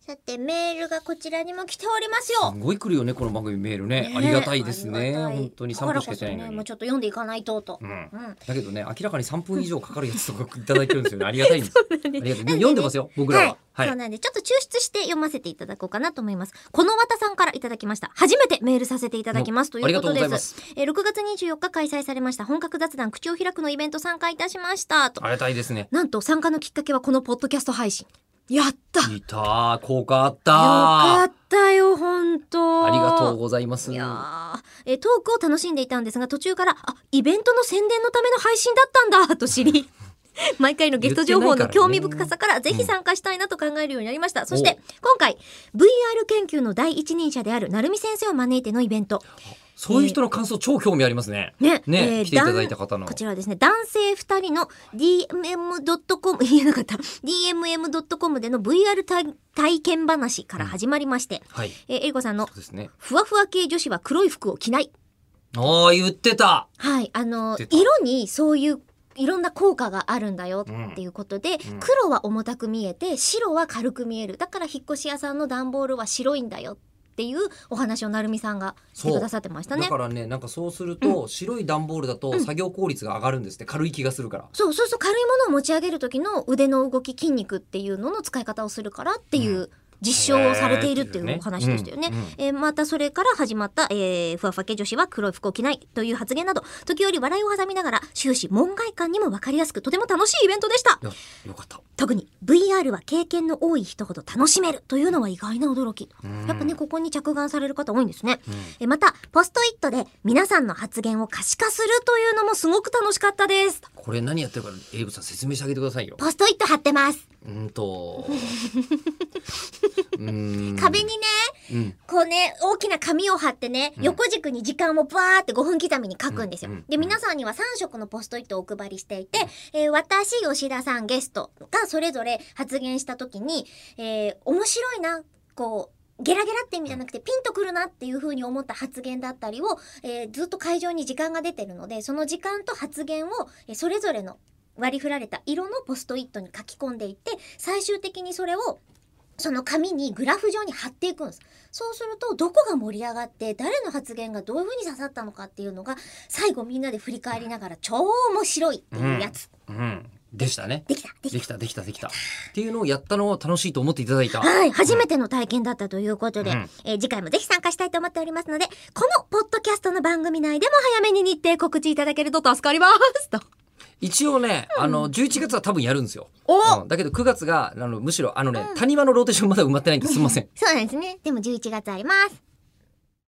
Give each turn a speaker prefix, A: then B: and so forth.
A: さてメールがこちらにも来ておりますよ
B: すごい来るよねこの番組メールね
A: ね
B: ありがたいです
A: あり
B: ね
A: がたい
B: 本当に
A: だ
B: 3
A: か
B: 分
A: ら
B: し
A: こ
B: かやっ
A: そ
B: てない
A: ね
B: の
A: もう
B: に
A: ちょっと読んでいかないとと、
B: う
A: うんん
B: だけどね明らかに3分以上かかるやつとかいただいてるんですよ ねありがたいんですありがたいでも読んでますよ僕らは
A: は。
B: はい
A: そう
B: い
A: なんで、ちょっと抽出して読ませていただこうかなと思います。このわたさんからいただきました。初めてメールさせていただきますと
B: お
A: いうこと
B: ありがとうござ
A: で
B: い
A: す。
B: ます
A: えー6月24日開催されました本格雑談口を開くのイベント参加いたしましたと
B: あ。りがたいですね
A: なんと参加のきっかけはこのポッドキャスト配信。やったよ
B: いたー効果あったー
A: かったよ、本当
B: ありがとうございます
A: いやーえートークを楽しんでいたんですが途中からあイベントの宣伝のための配信だったんだと知 り毎回のゲスト情報の興味深さからぜひ参加したいなと考えるようになりました、そして今回 VR 研究の第一人者である成美先生を招いてのイベント
B: そういう人の感想超興味ありますね
A: ね
B: ね、
A: えー
B: 来ていただいた方の
A: こちらはですね男性2人の DMM.com 言えなかった DMM.com での VR 体体験話から始まりまして、
B: はい
A: えー、えりこさんの
B: そうですね
A: ふわふわ系女子は黒い服を着ない
B: ああ言ってた
A: はい、あの
B: 出た
A: 色にそういういろんな効果があるんだよっていうことで、
B: うん
A: 黒は重たく見えて白は軽く見えるだから引っ越し屋さんの段ボールは白いんだよっていうお話をなるみさんがしてくださってましたね
B: だ。からねなんかそうすると、白い段ボールだと作業効率が上がるんですって軽い気がするから
A: そうそうそう軽いものを持ち上げる時の腕の動き筋肉っていうのの使い方をするからっていう実証をされているっていうお話でしたよね。
B: うんうん
A: えーまたそれから始まった、えー、ふわふわ系女子は黒い服を着ないという発言など時折笑いを挟みながら終始門外観にも分かりやすくとても楽しいイベントでした。
B: よよかった
A: 特に VR は経験の多い人ほど楽しめるというのは意外な驚き。
B: うん
A: やっぱね、ここに着眼される方多いんですね。
B: うん
A: えまた、ポストイットで皆さんの発言を可視化するというのもすごく楽しかったです。
B: これ何やってるかエイブさん説明してあげてくださいよ
A: ポストイット貼ってます。
B: うーんとうーん
A: 壁にね、
B: うん
A: こうね、大きな紙を貼ってね、
B: うん
A: 横軸に時間をバーって5分刻みに書くんですよ
B: うんうん。
A: で、皆さんには3色のポストイットをお配りしていて、えー私、吉田さん、ゲストがそれぞれ発言した時に、えー面白いな、こう、ゲラゲラって意味じゃなくてピンとくるなっていう風に思った発言だったりを、えーずっと会場に時間が出てるので、その時間と発言を、えーそれぞれの割り振られた色のポストイットに書き込んでいって、最終的にそれをその紙にグラフ上に貼っていくんです。そうすると、どこが盛り上がって、誰の発言がどういう風に刺さったのかっていうのが、最後みんなで振り返りながら、超面白いっていうやつ。
B: うんでしたね
A: できたでき
B: で
A: た
B: きたできたできたっていうのをやったのを楽しいと思っていただいた
A: はい、初めての体験だったということで、
B: うん
A: えー次回もぜひ参加したいと思っておりますので、このポッドキャストの番組内でも早めに日程告知いただけると助かります。と。
B: 一応ねあの11月は多分やるんですよ
A: お
B: うんだけど9月があのむしろあのね谷間のローテーションまだ埋まってないんですすいません
A: そうなんですね。でも11月あります。